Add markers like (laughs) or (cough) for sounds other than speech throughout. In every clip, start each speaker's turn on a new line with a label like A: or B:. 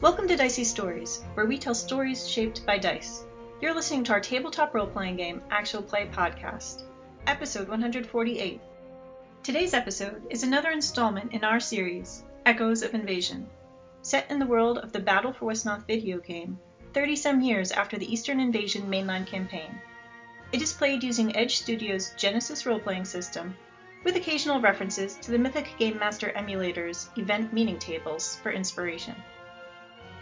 A: Welcome to Dicey Stories, where we tell stories shaped by dice. You're listening to our tabletop role playing game, Actual Play Podcast, episode 148. Today's episode is another installment in our series, Echoes of Invasion. Set in the world of the Battle for Westnoth video game, 30 some years after the Eastern Invasion mainline campaign, it is played using Edge Studios' Genesis role playing system, with occasional references to the Mythic Game Master emulator's event meaning tables for inspiration.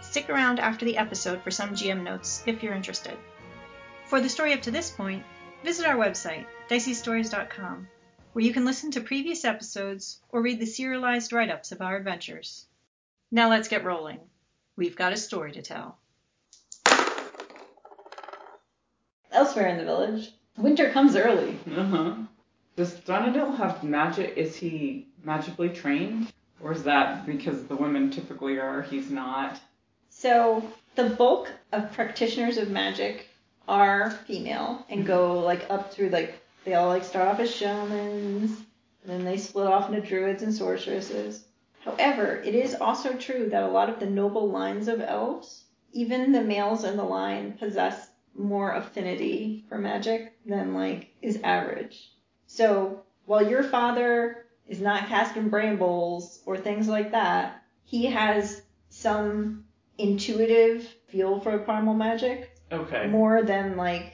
A: Stick around after the episode for some GM notes if you're interested. For the story up to this point, visit our website, diceystories.com, where you can listen to previous episodes or read the serialized write ups of our adventures. Now let's get rolling. We've got a story to tell. Elsewhere in the village, winter comes early.
B: Uh huh. Does Donadil have magic? Is he magically trained? Or is that because the women typically are, he's not?
C: So the bulk of practitioners of magic are female and go like up through like they all like start off as shamans, and then they split off into druids and sorceresses. However, it is also true that a lot of the noble lines of elves, even the males in the line, possess more affinity for magic than like is average. So while your father is not casting brambles or things like that, he has some intuitive feel for primal magic
B: Okay.
C: more than like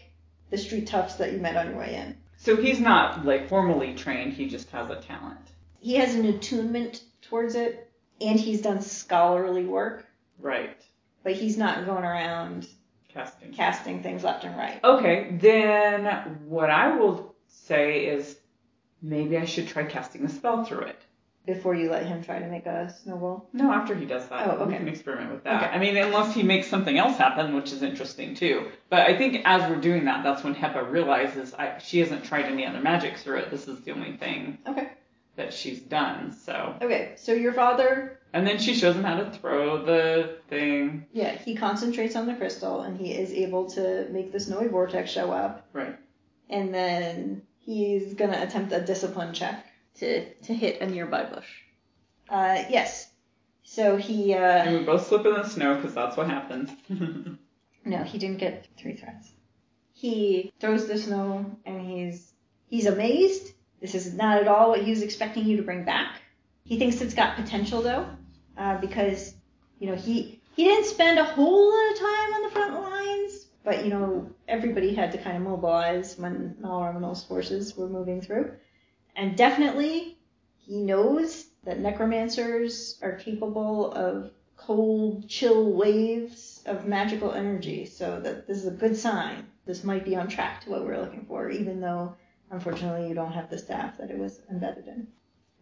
C: the street toughs that you met on your way in.
B: So he's not like formally trained, he just has a talent.
C: He has an attunement towards it, and he's done scholarly work,
B: Right.
C: but he's not going around
B: Casting.
C: casting things left and right.
B: okay, then what I will say is maybe I should try casting a spell through it.
C: Before you let him try to make a snowball.
B: No, after he does that,
C: Oh,
B: we
C: okay.
B: can experiment with that.
C: Okay.
B: I mean, unless he makes something else happen, which is interesting too. But I think as we're doing that, that's when Hepa realizes I, she hasn't tried any other magic through it. This is the only thing
C: Okay.
B: that she's done. So,
C: Okay. So your father,
B: and then she shows him how to throw the thing.
C: yeah, he concentrates on the crystal, and he is able to make the snowy vortex show up,
B: Right.
C: and then he's gonna attempt a discipline check to to hit a nearby bush. Uh, yes. So he uh,
B: And we both slip in the snow because that's what happens. (laughs)
C: No, he didn't get three threats. He throws the snow and he's he's amazed. This is not at all what he was expecting you to bring back. He thinks it's got potential though, uh, because you know he he didn't spend a whole lot of time on the front lines, but you know everybody had to kind of mobilize when Malramon's forces were moving through, and definitely he knows that necromancers are capable of cold, chill waves of magical energy, so that this is a good sign. This might be on track to what we're looking for, even though unfortunately you don't have the staff that it was embedded in.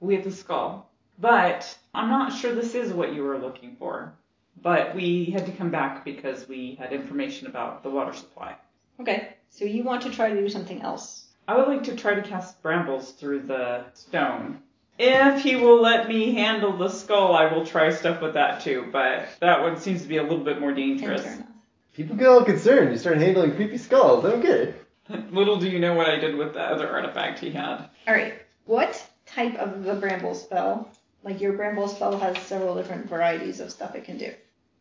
B: we have the skull. But I'm not sure this is what you were looking for. But we had to come back because we had information about the water supply.
C: Okay, so you want to try to do something else.
B: I would like to try to cast brambles through the stone. If he will let me handle the skull, I will try stuff with that too, but that one seems to be a little bit more dangerous.
C: Fair enough.
D: People get all concerned. You start handling creepy skulls. I don't get it.
B: little do you know what I did with the other artifact he had.
C: All right, what type of the bramble spell? Like your bramble spell has several different varieties of stuff it can do.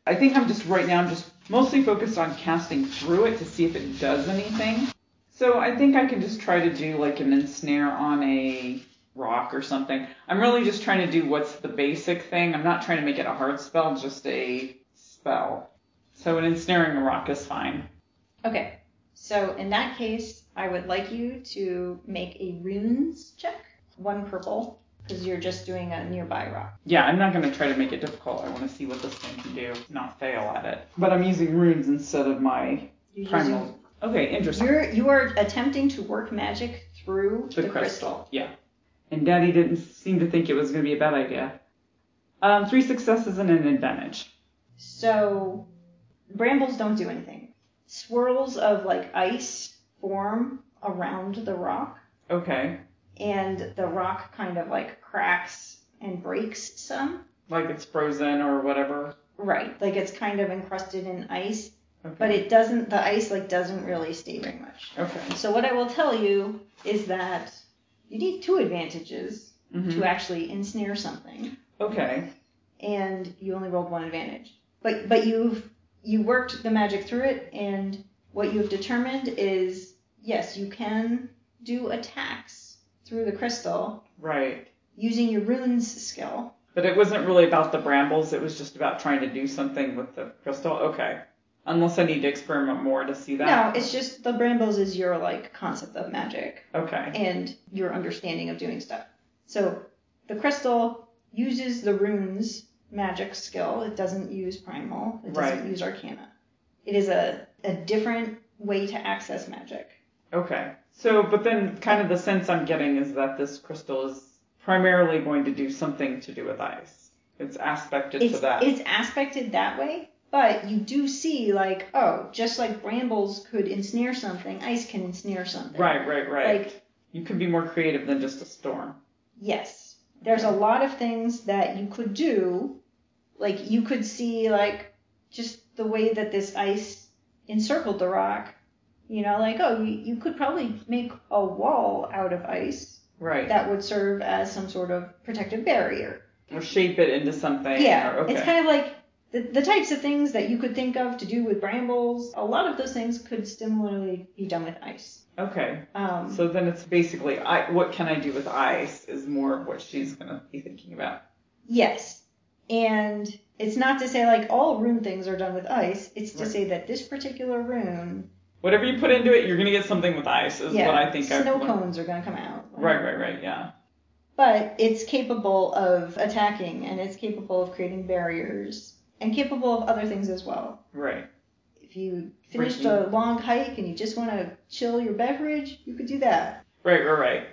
B: I think I'm just right now, I'm just mostly focused on casting through it to see if it does anything. So I think I can just try to do like an ensnare on a rock or something. I'm really just trying to do what's the basic thing. I'm not trying to make it a hard spell, just a spell. So an ensnaring a rock is fine.
C: Okay, so in that case, I would like you to make a runes check. One purple, because you're just doing a nearby rock.
B: Yeah, I'm not going to try to make it difficult. I want to see what this thing can do, not fail at it. But I'm using runes instead of my
C: You're
B: primal. Okay,
C: using-
B: interesting.
C: you're you are attempting to work magic through the, crystal.
B: Yeah. And Daddy didn't seem to think it was going to be a bad idea. Um, three successes and an advantage.
C: So brambles don't do anything. Swirls of like ice form around the rock,
B: Okay.
C: and the rock kind of like cracks and breaks some.
B: Like it's frozen or whatever.
C: Right, like it's kind of encrusted in ice,
B: Okay.
C: but it doesn't the ice like doesn't really stay very much
B: Okay.
C: so what i will tell you is that you need two advantages
B: Mhm.
C: to actually ensnare something
B: Okay.
C: and you only rolled one advantage But but you've you worked the magic through it, and what you have determined is yes, you can do attacks through the crystal
B: Right.
C: using your runes skill.
B: But it wasn't really about the brambles. It was just about trying to do something with the crystal. Okay. Unless I need to experiment more to see that.
C: No, it's just the brambles is your like concept of magic.
B: okay.
C: and your understanding of doing stuff. So the crystal uses the runes magic skill. It doesn't use primal. It doesn't
B: Right.
C: use arcana. It is a, a different way to access magic.
B: Okay. So, but then kind of the sense I'm getting is that this crystal is primarily going to do something to do with ice. It's aspected
C: It's,
B: to that.
C: it's aspected that way, but you do see like, oh, just like brambles could ensnare something, ice can ensnare something.
B: right, right, right.
C: Like
B: you can be more creative than just a storm.
C: Yes. There's a lot of things that you could do. Like you could see like just the way that this ice encircled the rock. You know, like oh, you, you could probably make a wall out of ice
B: Right.
C: that would serve as some sort of protective barrier.
B: or shape it into something.
C: yeah,
B: Or, okay.
C: it's kind of like the, the types of things that you could think of to do with brambles. A lot of those things could similarly be done with ice.
B: okay.
C: Um,
B: So then it's basically I, what can I do with ice is more of what she's going to be thinking about.
C: Yes. And it's not to say like all rune things are done with ice. It's to
B: Right.
C: say that this particular rune,
B: Whatever you put into it, you're going to get something with ice is
C: yeah,
B: what I think I've
C: snow
B: learned.
C: cones are going to come out.
B: Right, right, right. Yeah.
C: But it's capable of attacking and it's capable of creating barriers and capable of other things as well.
B: Right.
C: If you finished
B: Breaking.
C: a long hike and you just want to chill your beverage, you could do that.
B: Right, right, right.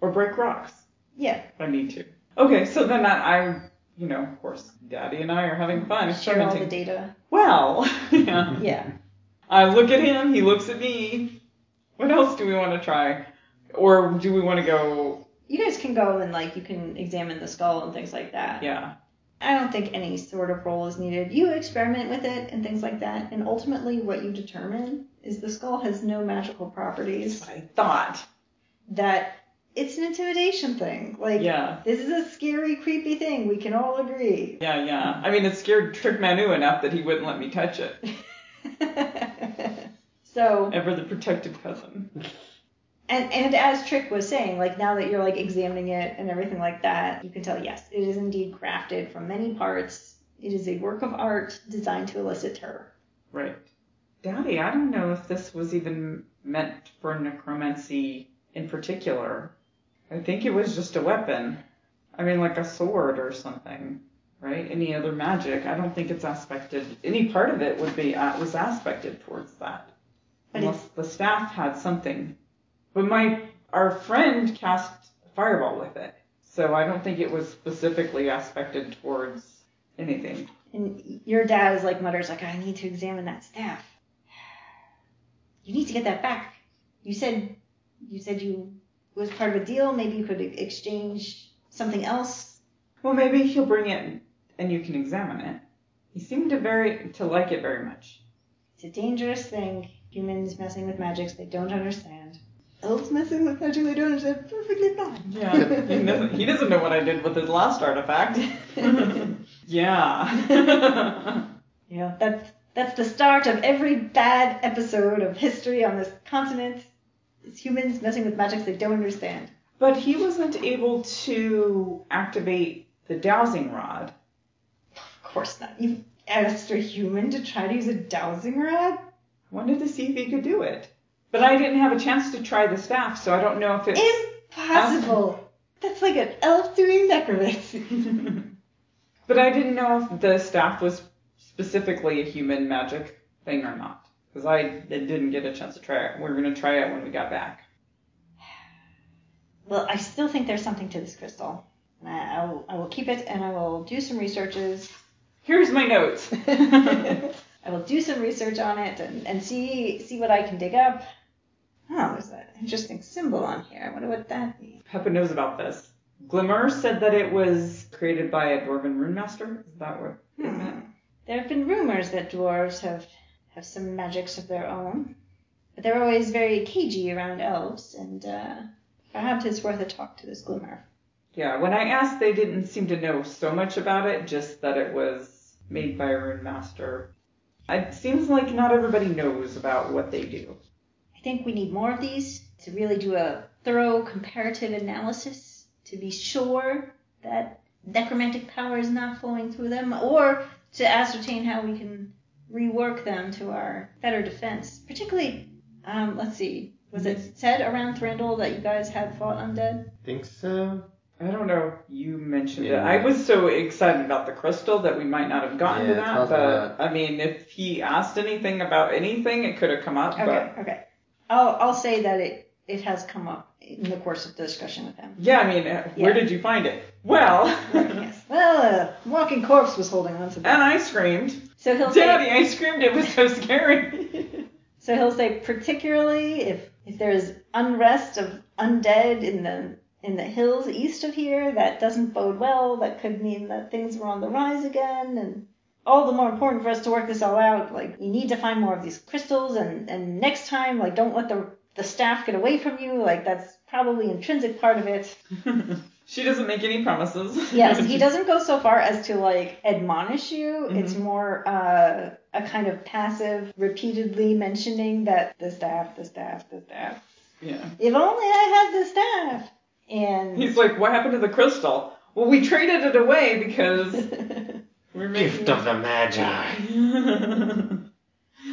B: Or break rocks.
C: Yeah,
B: I need to. Okay, so then that I, you know, of course, Daddy and I are having fun
C: share all the
B: experimenting.
C: data.
B: Well, (laughs) yeah.
C: Yeah.
B: I look at him, he looks at me. What else do we want to try? Or do we want to go?
C: You guys can go and like you can examine the skull and things like that.
B: Yeah,
C: I don't think any sort of role is needed. You experiment with it and things like that, and ultimately what you determine is the skull has no magical properties.
B: I thought.
C: That it's an intimidation thing. Like
B: Yeah,
C: this is a scary, creepy thing. We can all agree.
B: yeah, yeah. I mean, it scared Trick Manu enough that he wouldn't let me touch it.
C: so
B: Ever the protective cousin.
C: and and as Trick was saying, like now that you're like examining it and everything like that, you can tell yes, it is indeed crafted from many parts. It is a work of art designed to elicit terror.
B: Right. Daddy, I don't know if this was even meant for necromancy in particular. I think it was just a weapon. I mean, like a sword or something, right? Any other magic? I don't think it's aspected. Any part of it would be uh, was aspected towards that,
C: But
B: unless the staff had something. But my our friend cast a fireball with it, so I don't think it was specifically aspected towards anything.
C: And your dad is like mutters like, I need to examine that staff. You need to get that back. You said you said you it was part of a deal. Maybe you could e- exchange something else.
B: Well, maybe he'll bring it and you can examine it. He seemed to very to like it very much.
C: It's a dangerous thing. Humans messing with magics they don't understand. Elves messing with magic they don't understand perfectly fine.
B: (laughs) he doesn't he doesn't know what I did with his last artifact. yeah. (laughs)
C: yeah, that's that's the start of every bad episode of history on this continent. It's humans messing with magics they don't understand.
B: but he wasn't able to activate the dowsing rod.
C: Of course not. You asked a human to try to use a dowsing rod?
B: I wanted to see if he could do it. But I didn't have a chance to try the staff, so I don't know if it
C: Impossible! That's like an elf doing necromancy.
B: (laughs) But I didn't know if the staff was specifically a human magic thing or not. Because I didn't get a chance to try it. We were gonna try it when we got back.
C: well, I still think there's something to this crystal. And I, I, will, I will keep it and I will do some researches.
B: Here's my notes.
C: I will do some research on it and, and see see what I can dig up. Oh, there's an interesting symbol on here. I wonder what that means.
B: Peppa knows about this. Glimmer said that it was created by a dwarven rune master. Is that what it
C: Hmm.
B: meant?
C: Uh, There have been rumors that dwarves have have some magics of their own, but they're always very cagey around elves, and uh, perhaps it's worth a talk to this glimmer.
B: Yeah, when I asked, they didn't seem to know so much about it, just that it was made by a rune master. It seems like not everybody knows about what they do.
C: I think we need more of these to really do a thorough comparative analysis to be sure that necromantic power is not flowing through them or to ascertain how we can rework them to our better defense. Particularly, um, let's see, was it said around Thranduil that you guys had fought undead?
D: Think so?
B: I don't know. You mentioned
D: Yeah.
B: it. I was so excited about the crystal that we might not have gotten
D: Yeah,
B: to that.
D: talk
B: But
D: about
B: I mean, if he asked anything about anything, it could have come up. But
C: Okay, okay. I'll, I'll say that it, it has come up in the course of the discussion with him.
B: yeah, I mean, uh, where
C: Yeah.
B: did you find it? Well, (laughs) and
C: yes. Well, uh, walking corpse was holding on to that.
B: I screamed.
C: So he'll say,
B: Daddy, I screamed. It was so scary. (laughs)
C: So he'll say, particularly if if there's unrest of undead in the in the hills east of here, that doesn't bode well. That could mean that things are on the rise again, and all the more important for us to work this all out. Like you need to find more of these crystals, and and next time, like don't let the the staff get away from you. Like that's probably intrinsic part of it.
B: she doesn't make any promises. (laughs)
C: Yes, he doesn't go so far as to like admonish you. It's
B: Mhm.
C: more uh, a kind of passive, repeatedly mentioning that the staff, the staff, the staff.
B: Yeah.
C: If only I had the staff. And
B: He's like, what happened to the crystal? Well, we traded it away because we're making.
D: Gift of the Magi.
B: (laughs)
D: Literally.
C: (laughs)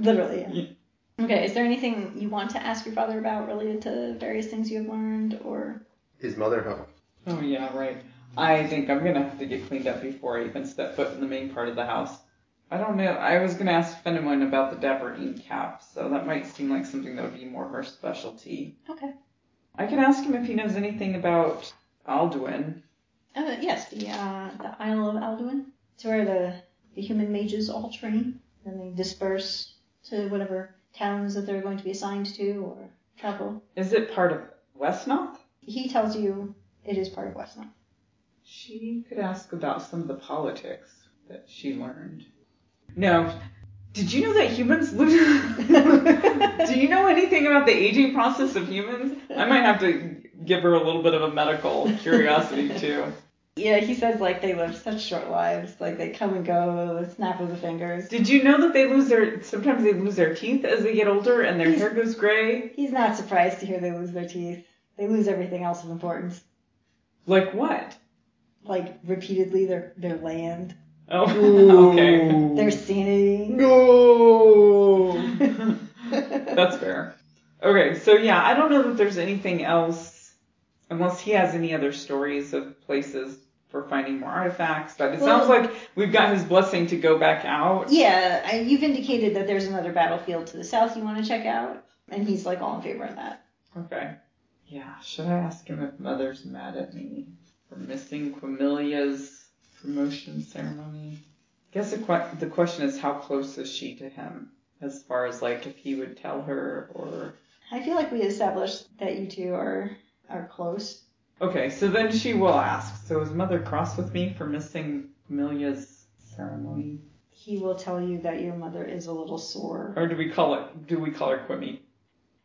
C: literally. yeah.
B: Yeah.
C: Okay, is there anything you want to ask your father about related to various things you have learned or?
D: His mother home.
B: oh yeah, right. I think I'm gonna have to get cleaned up before I even step foot in the main part of the house. I don't know. I was gonna ask Fenimore about the Dabberine cap, so that might seem like something that would be more her specialty.
C: Okay.
B: I can ask him if he knows anything about Alduin.
C: Uh, yes, the uh, the Isle of Alduin. It's where the, the human mages all train, and they disperse to whatever towns that they're going to be assigned to or travel.
B: Is it part of Westnoth?
C: He tells you it is part of Westland.
B: She could ask about some of the politics that she learned. No. Did you know that humans lose? (laughs) Do you know anything about the aging process of humans? I might have to give her a little bit of a medical curiosity too.
C: Yeah, he says like they live such short lives, like they come and go, snap of the fingers.
B: Did you know that they lose their sometimes they lose their teeth as they get older and their hair goes gray?
C: He's not surprised to hear they lose their teeth. They lose everything else of importance,
B: Like what?
C: like repeatedly their their land,
B: Oh, (laughs) okay. (laughs)
C: their sanity. (laughs)
D: No.
B: That's fair. Okay, so yeah, I don't know that there's anything else, unless he has any other stories of places for finding more artifacts. But it sounds
C: Well-
B: like we've got his blessing to go back out.
C: Yeah, I, you've indicated that there's another battlefield to the south you want to check out, and he's like all in favor of that.
B: Okay. Yeah, should I ask him if Mother's mad at me for missing Quamelia's promotion ceremony? Guess the, que- the question is how close is she to him, as far as like if he would tell her or
C: I feel like we established that you two are are close.
B: Okay, so then she will ask. So is mother cross with me for missing Amelia's ceremony?
C: He will tell you that your mother is a little sore.
B: Or do we call it do we call her Quimmy?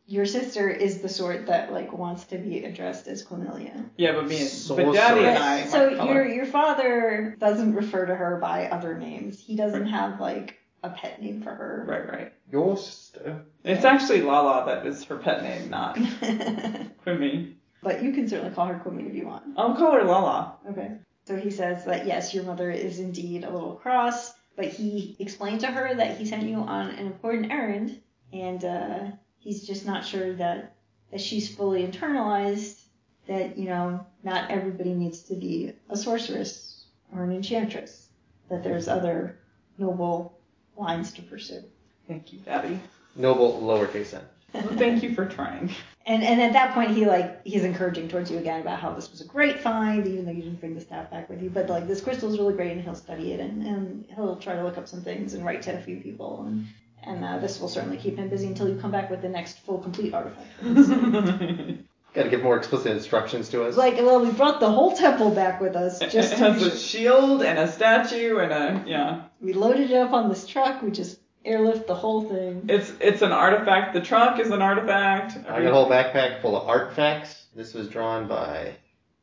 C: Your sister is the sort that like wants to be addressed as Cornelia.
B: Yeah, but me and but
D: Sorceress.
B: Daddy and I
C: But,
B: might
C: so
B: call
C: your
B: her.
C: your father doesn't refer to her by other names. He doesn't have like a pet name for her.
B: Right, right.
D: Your sister.
B: It's actually Lala that is her pet name, not Quimmy.
C: (laughs) but you can certainly call her Quimmy if you want.
B: I'll call her Lala.
C: Okay. So he says that yes, your mother is indeed a little cross, but he explained to her that he sent you on an important errand, and uh, he's just not sure that that she's fully internalized that you know not everybody needs to be a sorceress or an enchantress, that there's other noble lines to pursue.
B: Thank you, Daddy.
D: Noble lowercase n.
B: Well, thank you for
D: (laughs)
B: trying.
C: And and at that point he like he's encouraging towards you again about how this was a great find, even though you didn't bring the staff back with you. But like this crystal is really great, and he'll study it and, and he'll try to look up some things and write to a few people. And and uh, this will certainly keep him busy until you come back with the next full complete artifact.
D: Gotta give more explicit instructions to us.
C: like well, we brought the whole temple back with us just
B: it
C: to
B: has
C: be
B: a (laughs)
C: sure.
B: shield and a statue and a yeah.
C: we loaded it up on this truck. We just airlift the whole thing.
B: It's it's an artifact. The truck is an artifact.
D: I got a whole backpack full of art facts. This was drawn by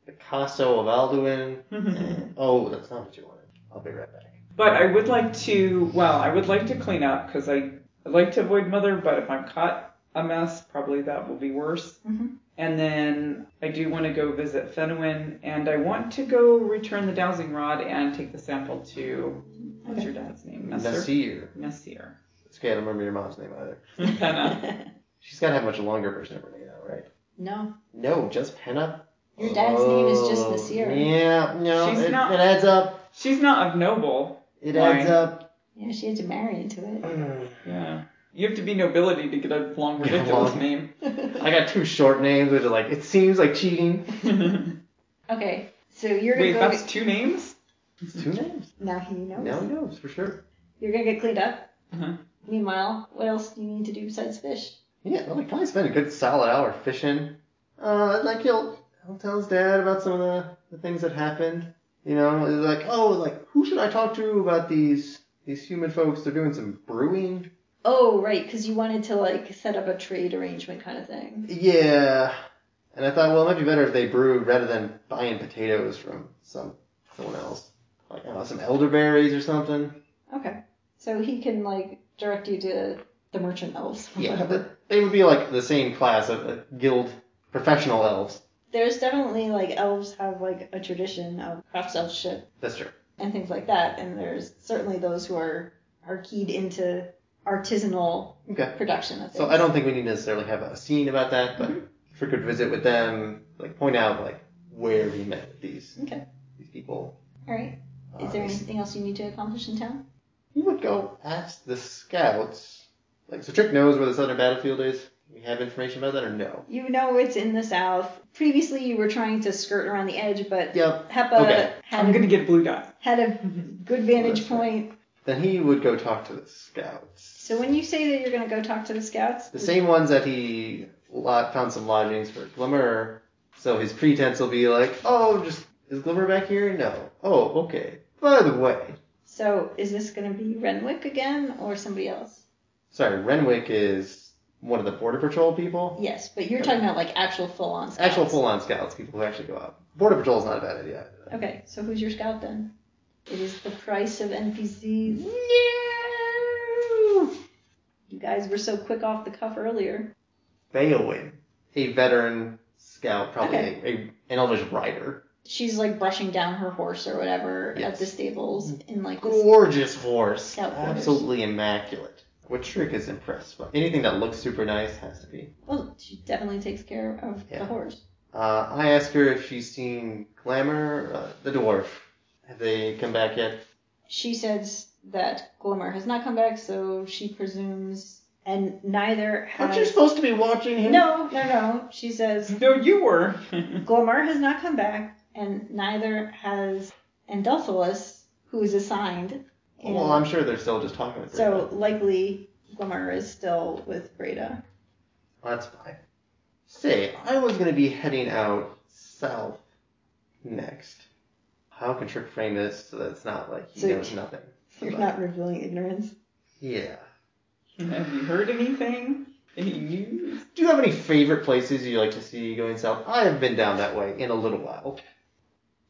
D: Picasso of Alduin. And- oh, that's not what you wanted. I'll be right back.
B: But I would like to, well, I would like to clean up because I I'd like to avoid mother, but if I'm caught a mess, probably that will be worse.
C: Mhm.
B: And then I do want to go visit Fenwin, and I want to go return the dowsing rod and take the sample to what's your dad's name? Messer.
D: Nasir.
B: Messier.
D: It's okay, I don't remember your mom's name either.
B: Penna.
D: She's got to have a much longer version of her name, now, right?
C: (laughs) no.
D: No, just Penna.
C: Your dad's name is just
D: Oh,
C: Nasir.
D: Yeah, no,
B: She's
D: it,
B: not-
D: it adds up.
B: She's not of noble.
D: It
B: Why?
D: adds up.
C: Yeah, she had to marry into it.
B: Yeah. You have to be nobility to get a long, ridiculous
D: Long.
B: name.
D: I got two short names, which is like it seems
C: (laughs)
D: like cheating.
C: okay, so you're gonna
B: Wait,
C: go.
B: that's two names?
D: It's two names.
C: Now he knows.
D: Now he knows for sure.
C: You're gonna get cleaned up.
B: Uh-huh.
C: Meanwhile, what else do you need to do besides fish?
D: Yeah, well, we probably spent a good solid hour fishing. Uh, like he'll he'll tell his dad about some of the, the things that happened. You know, it's like oh, like who should I talk to about these these human folks? They're doing some brewing.
C: Oh, right, because you wanted to like set up a trade arrangement kind of thing.
D: Yeah, and I thought well, it might be better if they brewed rather than buying potatoes from some someone else. Like I don't know, some elderberries or something.
C: Okay, so he can like direct you to the merchant elves. or
D: Yeah,
C: whatever.
D: but they would be like the same class of uh, guild professional elves.
C: There's definitely like elves have like a tradition of craft elfship
D: That's true.
C: and things like that, and there's certainly those who are are keyed into artisanal
D: Okay.
C: production of things.
D: So I don't think we need to necessarily have a scene about that, but
C: Mm-hmm.
D: if we could visit with them, like point out like where we met with these
C: Okay.
D: these people. Um,
C: All right. Is there anything else you need to accomplish in town?
D: You would go ask the scouts. Like so, Trick knows where the southern battlefield is. We have information about that or no?
C: You know it's in the south. Previously, you were trying to skirt around the edge, but
D: Yep.
C: Hepa
D: Okay.
B: I'm
C: had,
B: going to get blue dot.
C: had a good vantage
D: That's right.
C: point.
D: Then he would go talk to the scouts,
C: So when you say that you're going to go talk to the scouts,
D: the same ones that he lo- found some lodgings for Glimmer. So his pretense will be like, oh, just is Glimmer back here? No. Oh, okay. By the way,
C: so is this going to be Renwick again or somebody else?
D: sorry, Renwick is one of the border patrol people.
C: Yes, but you're talking about like actual full-on scouts.
D: Actual full on scouts, people who actually go out. Border patrol is not a bad idea.
C: Okay, so who's your scout then? It is the price of NPCs. You guys were so quick off the cuff earlier.
D: Beowin, a veteran scout, probably
C: Okay.
D: a, a, an elvish rider.
C: She's like brushing down her horse or whatever at
D: Yes. Mm-hmm.
C: the stables in like this
D: Gorgeous horse.
C: Scout quarters.
D: Absolutely immaculate. What Trick is impressed by. Anything that looks super nice has to be.
C: Well, she definitely takes care of the
D: Yeah.
C: horse.
D: Uh, I asked her if she's seen Glamour, uh, the dwarf. Have they come back yet?
C: She says that Glimmer has not come back, so she presumes, and neither has.
D: Aren't you supposed to be watching him?
C: Uh, no, no, no. She says
B: No, you were.
C: Glimmer has not come back, and neither has Andalphilus, who is assigned. And
D: Well, I'm sure they're still just talking with her.
C: so likely Glimmer is still with Breda.
D: That's fine. Say, I was going to be heading out south next. How can Trick frame this so that it's not like he
C: So
D: knows
C: you-
D: nothing?
C: You're
D: about
C: not revealing ignorance.
D: it? Yeah.
B: Have you heard anything? Any news?
D: Do you have any favorite places you like to see going south? I have been down that way in a little while.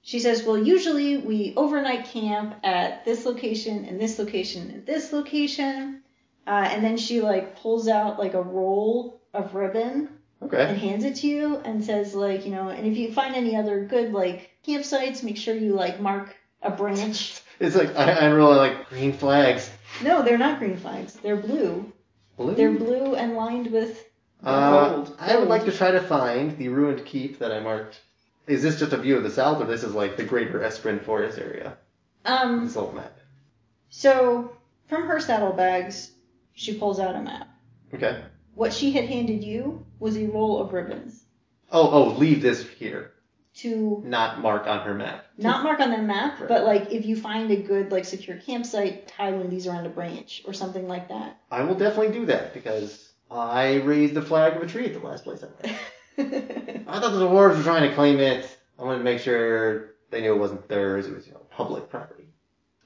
C: She says, Well, usually we overnight camp at this location and this location and this location. Uh, and then she like pulls out like a roll of ribbon and
D: Okay.
C: hands it to you and says like, you know, and if you find any other good like campsites, make sure you like mark a branch. (laughs)
D: It's like I, I'm really like green flags.
C: No, they're not green flags. They're blue.
D: Blue.
C: They're blue and lined with
D: Uh,
B: Gold.
D: I would like to try to find the ruined keep that I marked. Is this just a view of the south, or this is like the greater Esperin Forest area?
C: um
D: This old map.
C: so from her saddlebags, she pulls out a map.
D: Okay.
C: What she had handed you was a roll of ribbons
D: Oh, oh, leave this here.
C: to
D: Not mark on her map.
C: not mark on the map,
D: Right.
C: but like if you find a good like secure campsite, tie one of these around a branch or something like
D: (laughs)
C: that.
D: I will definitely do that because I raised the flag of a tree at the last place I went. I thought the dwarves were trying to claim it. I wanted to make sure they knew it wasn't theirs. It was you know, public property.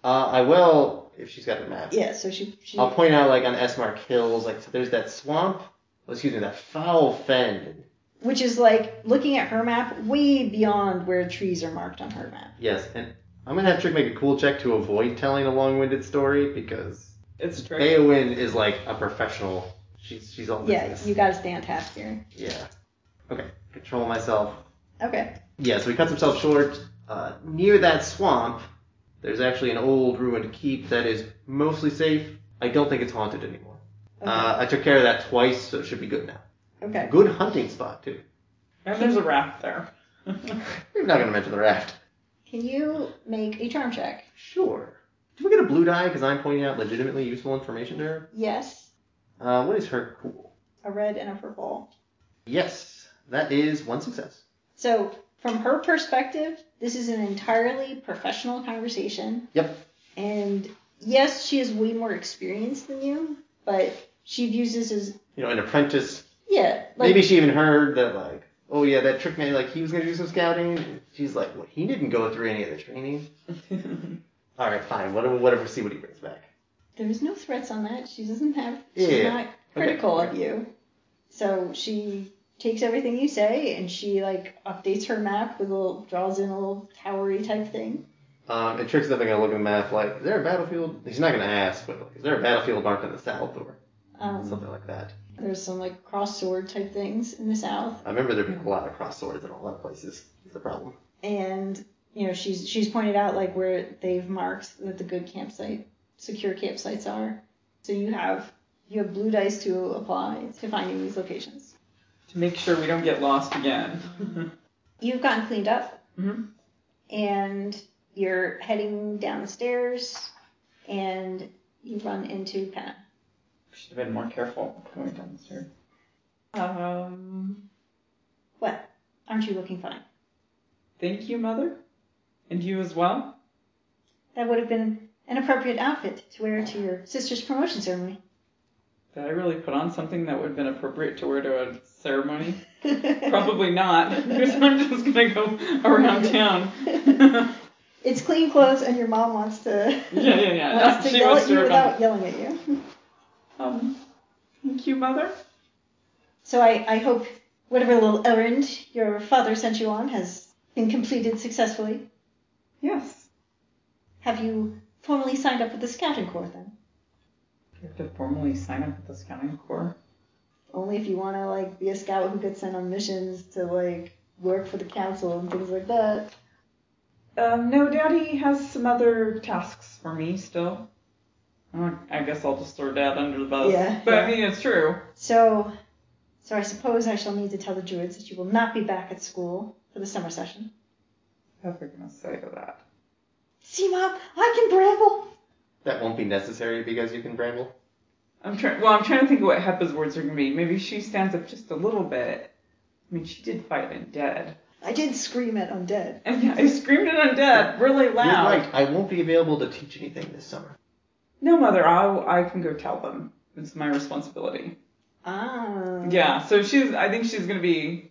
D: Uh, I will, if she's got her map.
C: yeah, so she she
D: I'll point out like on Esmark Hills, like so there's that swamp. Oh, excuse me, that foul fend.
C: which is like looking at her map way beyond where trees are marked on her map.
D: Yes, and I'm gonna have Trick make a cool check to avoid telling a long-winded story because
B: It's true.
D: Eowyn is like a professional. She's she's all
C: Yeah,
D: business.
C: you gotta stay on task here.
D: yeah. Okay. Control myself.
C: Okay.
D: Yeah, so he cuts himself short. Uh, near that swamp, there's actually an old ruined keep that is mostly safe. I don't think it's haunted anymore.
C: Okay.
D: Uh, I took care of that twice, so it should be good now. A
C: okay.
D: good hunting spot too.
B: and there's a raft there. (laughs)
D: We're not gonna mention the raft.
C: Can you make a charm check?
D: Sure. Do we get a blue die because I'm pointing out legitimately useful information to her?
C: Yes.
D: Uh, what is her cool?
C: A red and a purple.
D: Yes, that is one success.
C: So, from her perspective, this is an entirely professional conversation.
D: Yep.
C: And yes, she is way more experienced than you, but she views this as,
D: You know, an apprentice.
C: yeah, like,
D: Maybe she even heard that like, oh yeah, that trick man, like he was gonna do some scouting. She's like, well, he didn't go through any of the training. All right, fine. Whatever, whatever. See what he brings back.
C: there's no threats on that. She doesn't have, she's
D: Yeah.
C: not critical of you. So she takes everything you say and she like updates her map with a little, draws in a little towery type thing.
D: Um, and Trick's definitely gonna look at the map like, is there a battlefield? He's not gonna ask, but like, is there a battlefield marked in the south or
C: Um,
D: something like that?
C: there's some like cross sword type things in the south.
D: I remember there being a lot of cross swords in a lot of places. It's a problem.
C: and you know she's she's pointed out like where they've marked that the good campsite secure campsites are so you have you have blue dice to apply to finding these locations
B: to make sure we don't get lost again.
C: you've gotten cleaned up
B: Mhm.
C: and you're heading down the stairs and you run into Penna.
B: Should have been more careful going down the stairs. Um,
C: What? Aren't you looking fine?
B: thank you, mother, and you as well.
C: That would have been an appropriate outfit to wear to your sister's promotion ceremony.
B: Did I really put on something that would have been appropriate to wear to a ceremony? Probably not, (laughs) because I'm just gonna go around town. yeah,
C: It's clean clothes, and your mom wants to
B: yeah, yeah. (laughs)
C: wants
B: No,
C: to
B: she
C: yell
B: was
C: at you
B: sure about.
C: without yelling at you.
B: Um, thank you, mother.
C: So I, I hope whatever little errand your father sent you on has been completed successfully.
B: Yes.
C: Have you formally signed up with the Scouting Corps then?
B: You have to formally sign up with the Scouting Corps.
C: Only if you want to like be a scout who gets sent on missions to like work for the council and things like that.
B: Um, no, Daddy has some other tasks for me still. Oh, I guess I'll just throw Dad under the bus.
C: Yeah,
B: But
C: yeah.
B: I mean, it's true.
C: So, so I suppose I shall need to tell the druids that you will not be back at school for the summer session.
B: What are we gonna say to that?
C: See, mom, I can bramble.
D: That won't be necessary because you can bramble.
B: I'm trying. Well, I'm trying to think of what Hepa's words are gonna be. Maybe she stands up just a little bit. I mean, she did fight undead,
C: I did scream at undead.
B: and I screamed at undead really loud.
D: You're right. I won't be available to teach anything this summer.
B: No, mother, I I can go tell them. It's my responsibility.
C: Ah.
B: Yeah. So she's. I think she's gonna be.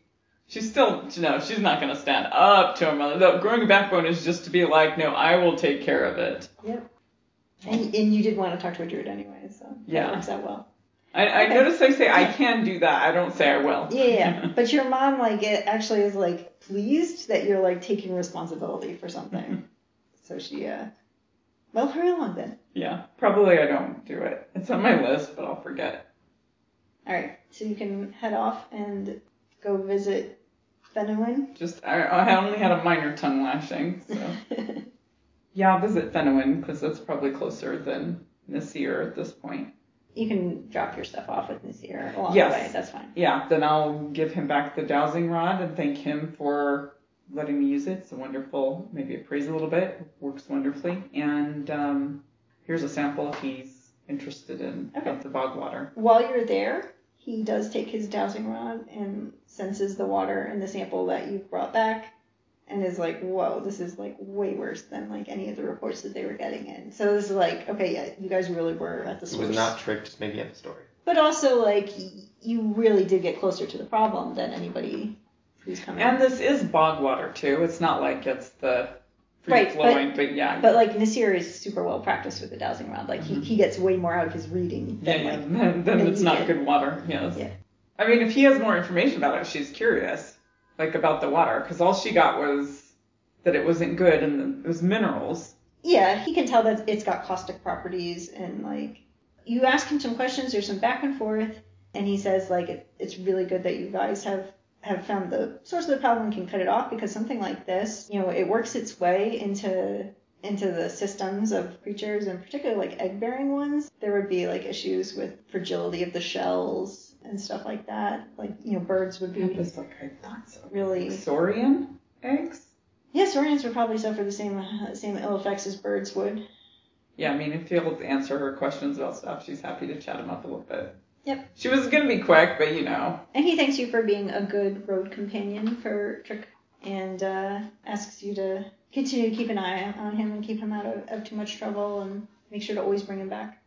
B: She's still. No, she's not gonna stand up to her mother. The growing backbone is just to be like, no, I will take care of it.
C: Yep. And, and you did want to talk to a druid anyway, so that
B: Yeah.
C: works out well.
B: I, I
C: Okay.
B: notice I say I can do that. I don't say I will.
C: Yeah, yeah. but your mom like it actually is like pleased that you're like taking responsibility for something. so she, uh, well, hurry along then.
B: yeah. Probably I don't do it. It's on my list, but I'll forget.
C: All right, so you can head off and go visit Fenwin.
B: Just I, I only had a minor tongue lashing. So yeah, I'll visit Fenowin because that's probably closer than Nasir at this point.
C: you can drop your stuff off with Nasir along
B: Yes.
C: the way. That's fine.
B: Yeah. Then I'll give him back the dowsing rod and thank him for letting me use it. It's a wonderful, maybe appraise a little bit. Works wonderfully. And um, here's a sample if he's interested in
C: Okay.
B: of the bog water.
C: While you're there, he does take his dowsing rod and senses the water in the sample that you brought back and is like, whoa, this is like way worse than like any of the reports that they were getting in. So this is like, okay, yeah, you guys really were at the
D: It
C: source.
D: was not tricked. Just making up a story.
C: But also like y- you really did get closer to the problem than anybody who's coming.
B: And this is bog water too. It's not like it's the free
C: Right, but-
B: flowing, but, yeah.
C: but like Nasir is super well practiced with the dowsing rod. Like
D: Mm-hmm.
C: he, he gets way more out of his reading
B: yeah,
C: than
B: yeah.
C: like
B: (laughs) Then,
C: then
B: then it's
C: you
B: not
C: get-
B: good water. Yes.
C: Yeah.
B: I mean, if he has more information about it, she's curious, like about the water, because all she got was that it wasn't good and it was minerals.
C: Yeah, he can tell that it's got caustic properties and like you ask him some questions, there's some back and forth, and he says like it, it's really good that you guys have have found the source of the problem and can cut it off because something like this, you know, it works its way into into the systems of creatures and particularly like egg bearing ones. There would be like issues with fragility of the shells and stuff like that. Like, you know, birds would
B: It
C: be
B: was like I thought so.
C: really
B: Saurian eggs?
C: Yeah, saurians would probably suffer the same uh, same ill effects as birds would.
B: Yeah, I mean, if you'll answer her questions about stuff, she's happy to chat him up a little bit.
C: Yep.
B: She was gonna be quick, but you know,
C: And he thanks you for being a good road companion for Trick and uh, asks you to continue to keep an eye on him and keep him out of, of too much trouble and make sure to always bring him back.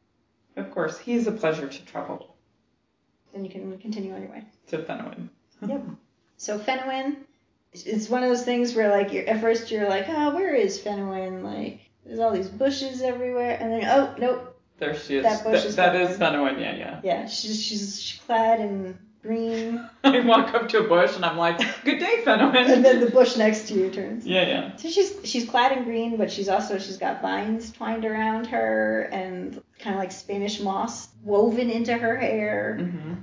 B: of course, he's a pleasure to travel
C: Then you can continue on your way.
B: to Fenwin.
C: Yep. So Fenwin, it's one of those things where like you're, at first you're like, oh, where is Fenwin? Like there's all these bushes everywhere, and then oh nope,
B: (laughs) There she is.
C: That bush
B: Th-
C: is
B: that
C: Fenwin.
B: is Fenwin. Yeah, yeah. (laughs)
C: yeah, she's she's, she's clad in green,
B: I walk up to a bush and I'm like, "Good day,
C: (laughs)
B: Fenwin."
C: and then the bush next to you turns.
B: (laughs) yeah, yeah.
C: So she's she's clad in green, but she's also she's got vines twined around her and kind of like Spanish moss woven into her hair,
B: hmm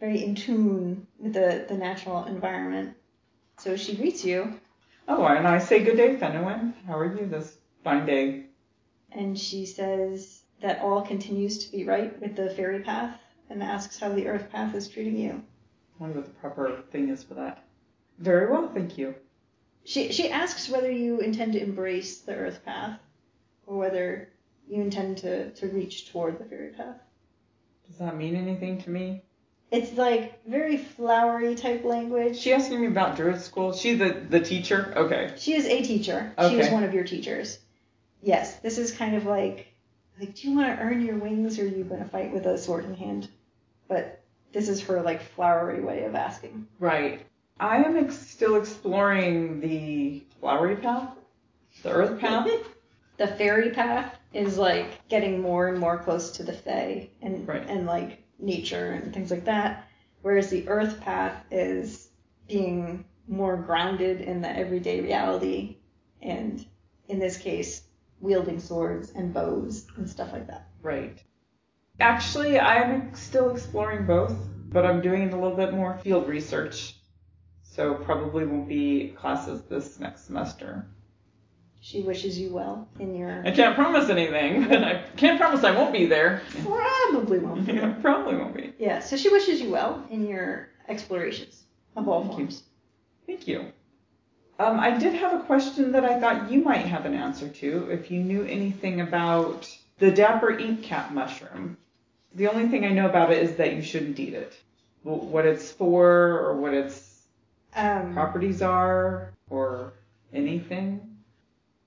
C: very in tune with the the natural environment. So she greets you
B: Oh, and I say, "Good day, Fenwin. How are you this fine day?"
C: and she says that all continues to be right with the fairy path and asks how the earth path is treating you.
B: I wonder what the proper thing is for that. Very well, thank you.
C: She she asks whether you intend to embrace the earth path or whether you intend to, to reach toward the fairy path.
B: Does that mean anything to me?
C: It's like very flowery type language.
B: Is she asking me about druid school? She the the teacher? Okay.
C: She is a teacher. She was
B: Okay.
C: one of your teachers. Yes, this is kind of like, like, do you want to earn your wings or are you going to fight with a sword in hand? But this is her like flowery way of asking.
B: Right. I am ex- still exploring the flowery path, the earth path.
C: The fairy path is like getting more and more close to the fae and
B: Right.
C: and like nature and things like that, whereas the earth path is being more grounded in the everyday reality and in this case wielding swords and bows and stuff like that.
B: (laughs) Right. Actually, I'm still exploring both, but I'm doing a little bit more field research. So probably won't be classes this next semester.
C: She wishes you well in your
B: I can't promise anything, (laughs) but I can't promise I won't be there. (laughs)
C: probably won't. be.
B: I probably won't be.
C: Yeah, so she wishes you well in your explorations of all
B: Thank you.
C: forms.
B: Thank you. Um, I did have a question that I thought you might have an answer to if you knew anything about the dapper ink cap mushroom. The only thing I know about it is that you shouldn't eat it. Wh- What it's for, or what its
C: Um,
B: properties are, or anything?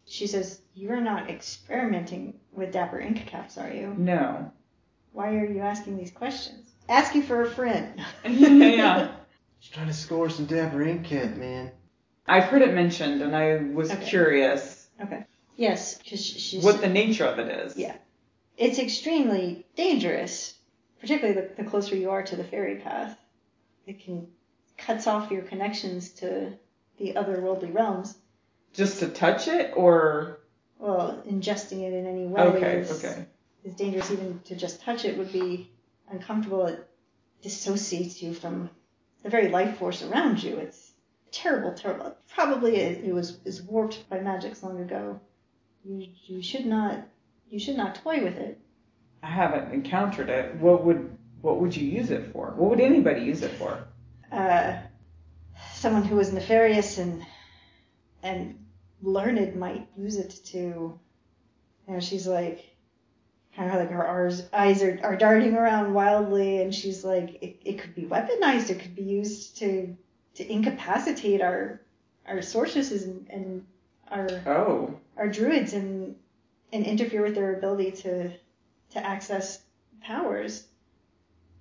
C: she says you're not experimenting with dapper ink caps, are you?
B: No. (laughs)
C: Why are you asking these questions? Asking for a
B: (laughs)
C: friend.
B: yeah.
D: Just trying to score some dapper ink cat, man.
B: I've heard it mentioned, and I was
C: Okay.
B: curious
C: Yes, because she's
B: what the nature of it is.
C: Yeah. it's extremely dangerous, particularly the, the closer you are to the fairy path. It can cuts off your connections to the otherworldly realms.
B: Just to touch it, or
C: Well, ingesting it in any way
B: okay,
C: is,
B: okay,
C: is dangerous. Even to just touch it would be uncomfortable. It dissociates you from the very life force around you. It's terrible, terrible. Probably it, it was is warped by magics long ago. You you should not you should not toy with it.
B: I haven't encountered it. What would what would you use it for? What would anybody use it for?
C: Uh, someone who was nefarious and and learned might use it to. You know, she's like, kind of like her eyes, eyes are, are darting around wildly, and she's like, it, it could be weaponized. It could be used to to incapacitate our our sorceresses and, and our
B: Oh,
C: our druids and and interfere with their ability to to access powers.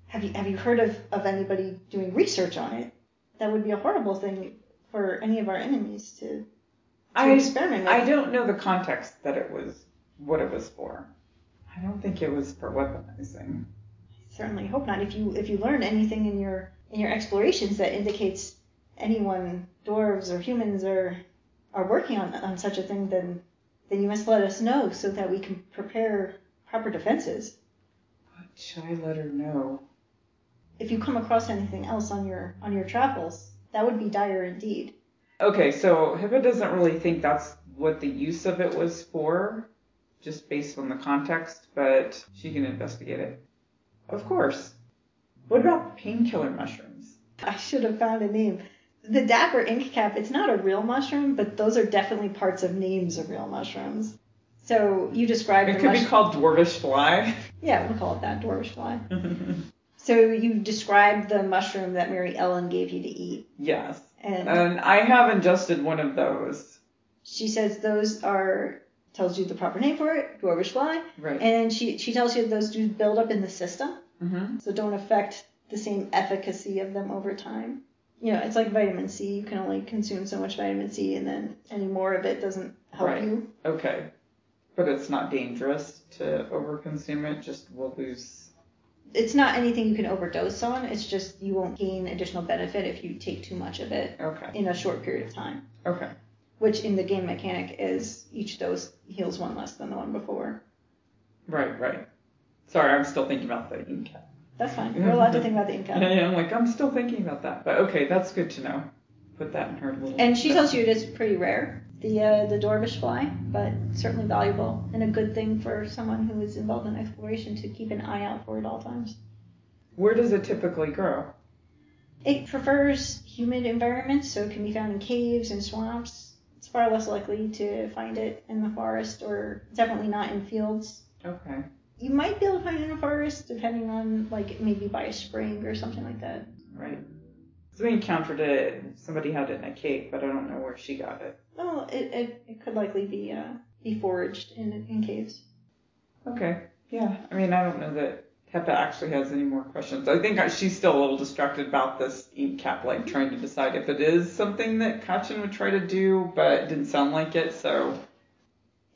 C: Have you have you heard of, of anybody doing research on it? That would be a horrible thing for any of our enemies to, to
B: I
C: experiment with.
B: I don't know the context that it was what it was for. I don't think it was for weaponizing.
C: certainly hope not. If you if you learn anything in your in your explorations that indicates anyone, dwarves or humans or are working on, on such a thing, then then you must let us know so that we can prepare proper defenses.
B: What should I let her know?
C: If you come across anything else on your on your travels, that would be dire indeed. (laughs)
B: Okay, so HIPAA doesn't really think that's what the use of it was for, just based on the context, but she can investigate it. Of course. What about painkiller mushrooms?
C: I should have found a name. The dapper ink cap, it's not a real mushroom, but those are definitely parts of names of real mushrooms. So you describe
B: It
C: your
B: could be
C: mushroom.
B: called dwarvish fly. (laughs)
C: yeah, we'll call it that, dwarfish fly. so you describe the mushroom that Mary Ellen gave you to eat,
B: yes.
C: and
B: And I have ingested one of those.
C: she says those are tells you the proper name for it, dwarfish fly,
B: Right.
C: and she she tells you those do build up in the system.
B: hmm
C: so don't affect the same efficacy of them over time. You know, it's like vitamin C. You can only consume so much vitamin C, and then any more of it doesn't help
B: Right.
C: you.
B: Okay. But it's not dangerous to overconsume it, just we'll lose.
C: It's not anything you can overdose on. It's just you won't gain additional benefit if you take too much of it
B: Okay.
C: in a short period of time.
B: Okay.
C: Which in the game mechanic is each dose heals one less than the one before.
B: Right, right. Sorry, I'm still thinking about the ink cap.
C: That's fine. You're allowed to think about the income.
B: Yeah, I'm like, I'm still thinking about that. But okay, that's good to know. Put that in her little.
C: And she tells you it is pretty rare, the uh, the Dorvish fly, but certainly valuable and a good thing for someone who is involved in exploration to keep an eye out for at all times.
B: (laughs) Where does it typically grow?
C: It prefers humid environments, so it can be found in caves and swamps. It's far less likely to find it in the forest, or definitely not in fields.
B: Okay.
C: You might be able to find it in a forest, depending on like maybe by a spring or something like that.
B: Right. So we encountered it. Somebody had it in a cave, but I don't know where she got it.
C: Well, it, it, it could likely be uh, be foraged in in caves.
B: Okay. Yeah. I mean, I don't know that Peppa actually has any more questions. I think I- she's still a little distracted about this ink cap,
C: Mm-hmm.
B: like trying to decide if it is something that Kachin would try to do, but it didn't sound like it. So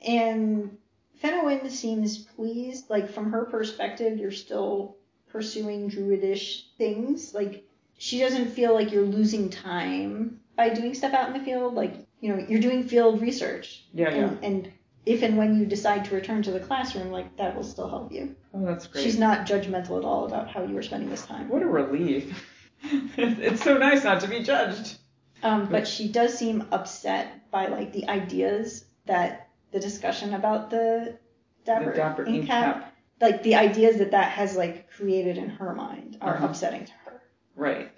C: And Fenelwyn seems pleased. Like from her perspective, you're still pursuing druidish things. Like she doesn't feel like you're losing time by doing stuff out in the field. Like you know, you're doing field research,
B: yeah, yeah.
C: and, and if and when you decide to return to the classroom, like that will still help you.
B: Oh, that's great.
C: She's not judgmental at all about how you were spending this time.
B: What a relief. (laughs) it's so nice not to be judged.
C: Um, but she does seem upset by like the ideas that the discussion about the dapper,
B: the dapper
C: ink
B: ink
C: cap
B: cap.
C: like the ideas that that has like created in her mind are
B: Uh-huh.
C: upsetting to her.
B: Right.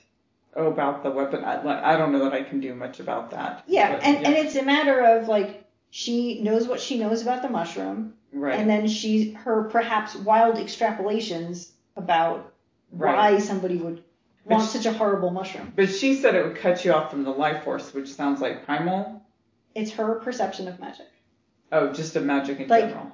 B: Oh, about the weapon. I, like, I don't know that I can do much about that.
C: Yeah,
B: But,
C: and and it's a matter of like she knows what she knows about the mushroom,
B: right.
C: and then she her perhaps wild extrapolations about why somebody would
B: But
C: want
B: she-
C: such a horrible mushroom.
B: But she said it would cut you off from the life force, which sounds like primal.
C: It's her perception of magic.
B: Oh, just a magic in
C: Like-
B: general.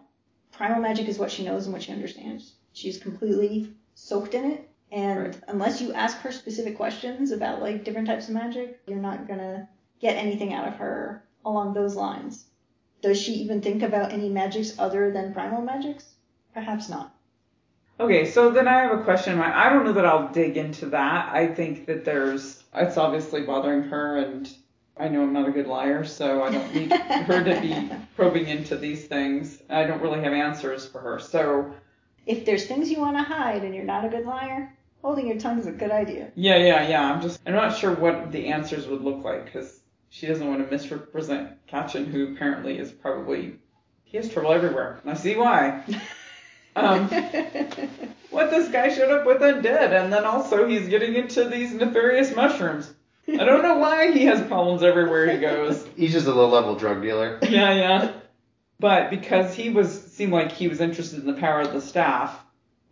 C: Primal magic is what she knows and what she understands. She's completely soaked in it. And
B: Right.
C: unless you ask her specific questions about like different types of magic, you're not gonna get anything out of her along those lines. Does she even think about any magics other than primal magics? Perhaps not.
B: Okay, so then I have a question. I I don't know that I'll dig into that. I think that there's, it's obviously bothering her, and I know I'm not a good liar, so I don't need her to be probing into these things. I don't really have answers for her. So,
C: If there's things you want to hide and you're not a good liar, holding your tongue is a good idea.
B: yeah, yeah, yeah. I'm just, I'm not sure what the answers would look like because she doesn't want to misrepresent Kachin, who apparently is probably, he has trouble everywhere, and I see why. Um, What this guy showed up with undead, and then also he's getting into these nefarious mushrooms. I don't know why he has problems everywhere he goes.
D: He's just a low level drug dealer.
B: Yeah, yeah. But because he was seemed like he was interested in the power of the staff,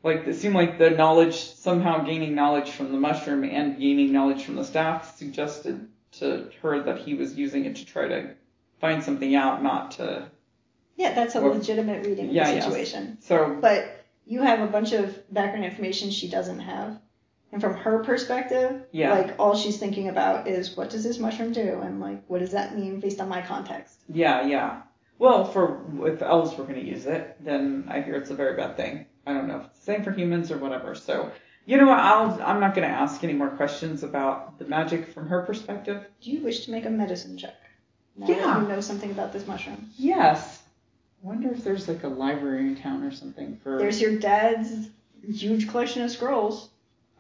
B: like it seemed like the knowledge somehow gaining knowledge from the mushroom and gaining knowledge from the staff suggested to her that he was using it to try to find something out, not to.
C: yeah, that's a
B: Well,
C: legitimate reading of
B: yeah,
C: the
B: yes.
C: situation.
B: So
C: but you have a bunch of background information she doesn't have. And from her perspective,
B: Yeah.
C: like all she's thinking about is what does this mushroom do and like what does that mean based on my context?
B: Yeah, yeah. Well, for if elves were going to use it, then I hear it's a very bad thing. I don't know if it's the same for humans or whatever. So, you know what? I'll I'm not going to ask any more questions about the magic from her perspective.
C: Do you wish to make a medicine check? Now that
B: Yeah.
C: you know something about this mushroom.
B: Yes. I wonder if there's like a library in town or something for.
C: There's your dad's huge collection of scrolls.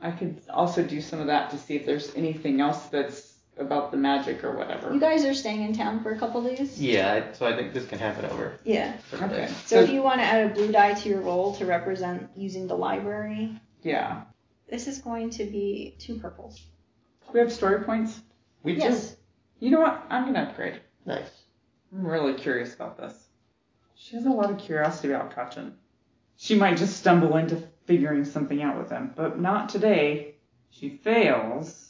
B: I could also do some of that to see if there's anything else that's about the magic or whatever.
C: You guys are staying in town for a couple days.
D: Yeah, I- so I think this can happen over.
C: Yeah.
D: over
B: Okay.
D: there.
C: So if you want to add a blue die to your roll to represent using the library,
B: yeah.
C: this is going to be two purples.
B: Do we have story points?
D: We do.
C: yes.
B: You know what? I'm gonna upgrade.
D: Nice.
B: I'm really curious about this. She has a lot of curiosity about Kachin. She might just stumble into figuring something out with him, but not today. She fails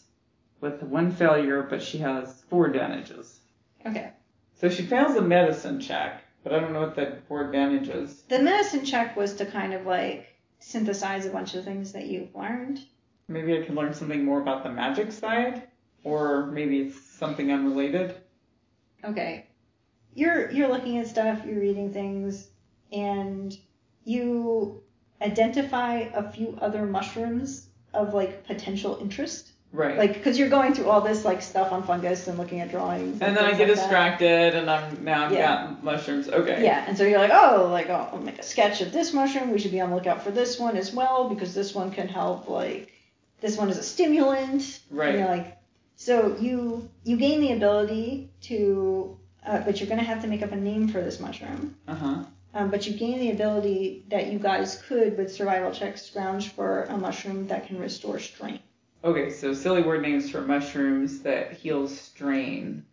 B: with one failure, but she has four damages.
C: Okay.
B: So she fails a medicine check, but I don't know what that four damage is.
C: The medicine check was to kind of like synthesize a bunch of things that you've learned.
B: Maybe I could learn something more about the magic side, or maybe it's something unrelated.
C: Okay. You're you're looking at stuff, you're reading things, and you identify a few other mushrooms of like potential interest.
B: Right.
C: Like because you're going through all this like stuff on fungus and looking at drawings.
B: and then I
C: things
B: get
C: like that.
B: distracted, and I'm now I've
C: Yeah.
B: got mushrooms. Okay.
C: Yeah, and so you're like, oh, like oh, I'll make a sketch of this mushroom. We should be on the lookout for this one as well because this one can help. Like this one is a stimulant.
B: Right.
C: And you're like, so you you gain the ability to, uh, but you're gonna have to make up a name for this mushroom.
B: Uh huh.
C: Um, but you gain the ability that you guys could with survival checks scrounge for a mushroom that can restore strength.
B: Okay, so silly word names for mushrooms that heal strain.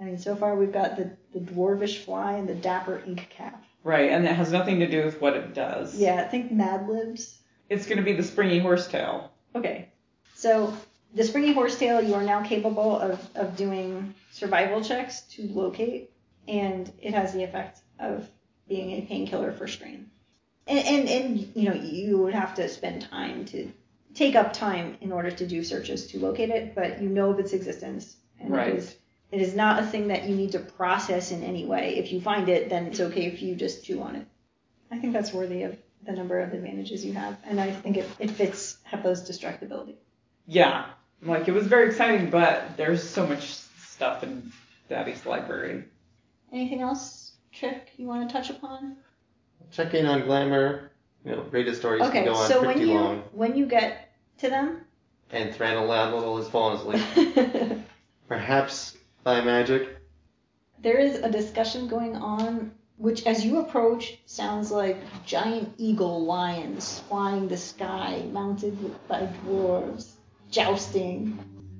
C: I mean, so far we've got the the dwarvish fly and the dapper ink cap.
B: Right, and it has nothing to do with what it does.
C: Yeah, I think Mad Libs.
B: It's going to be the springy horsetail.
C: Okay. So the springy horsetail, you are now capable of, of doing survival checks to locate, and it has the effect of being a painkiller for strain. And, and and you know you would have to spend time to take up time in order to do searches to locate it, but you know of its existence. And
B: Right.
C: It is, it is not a thing that you need to process in any way. If you find it, then it's okay if you just chew on it. I think that's worthy of the number of advantages you have, and I think it, it fits Heppo's destructibility.
B: Yeah. I'm Like, it was very exciting, but there's so much stuff in Daddy's library.
C: Anything else, Trick, you want to touch upon?
D: Check in on Glamour. You know, rated stories
C: Okay,
D: can go on
C: so
D: pretty
C: when you
D: long.
C: when you get to them,
D: And Thranolabel has fallen asleep. Perhaps by magic.
C: there is a discussion going on, which as you approach sounds like giant eagle lions flying the sky, mounted by dwarves, jousting.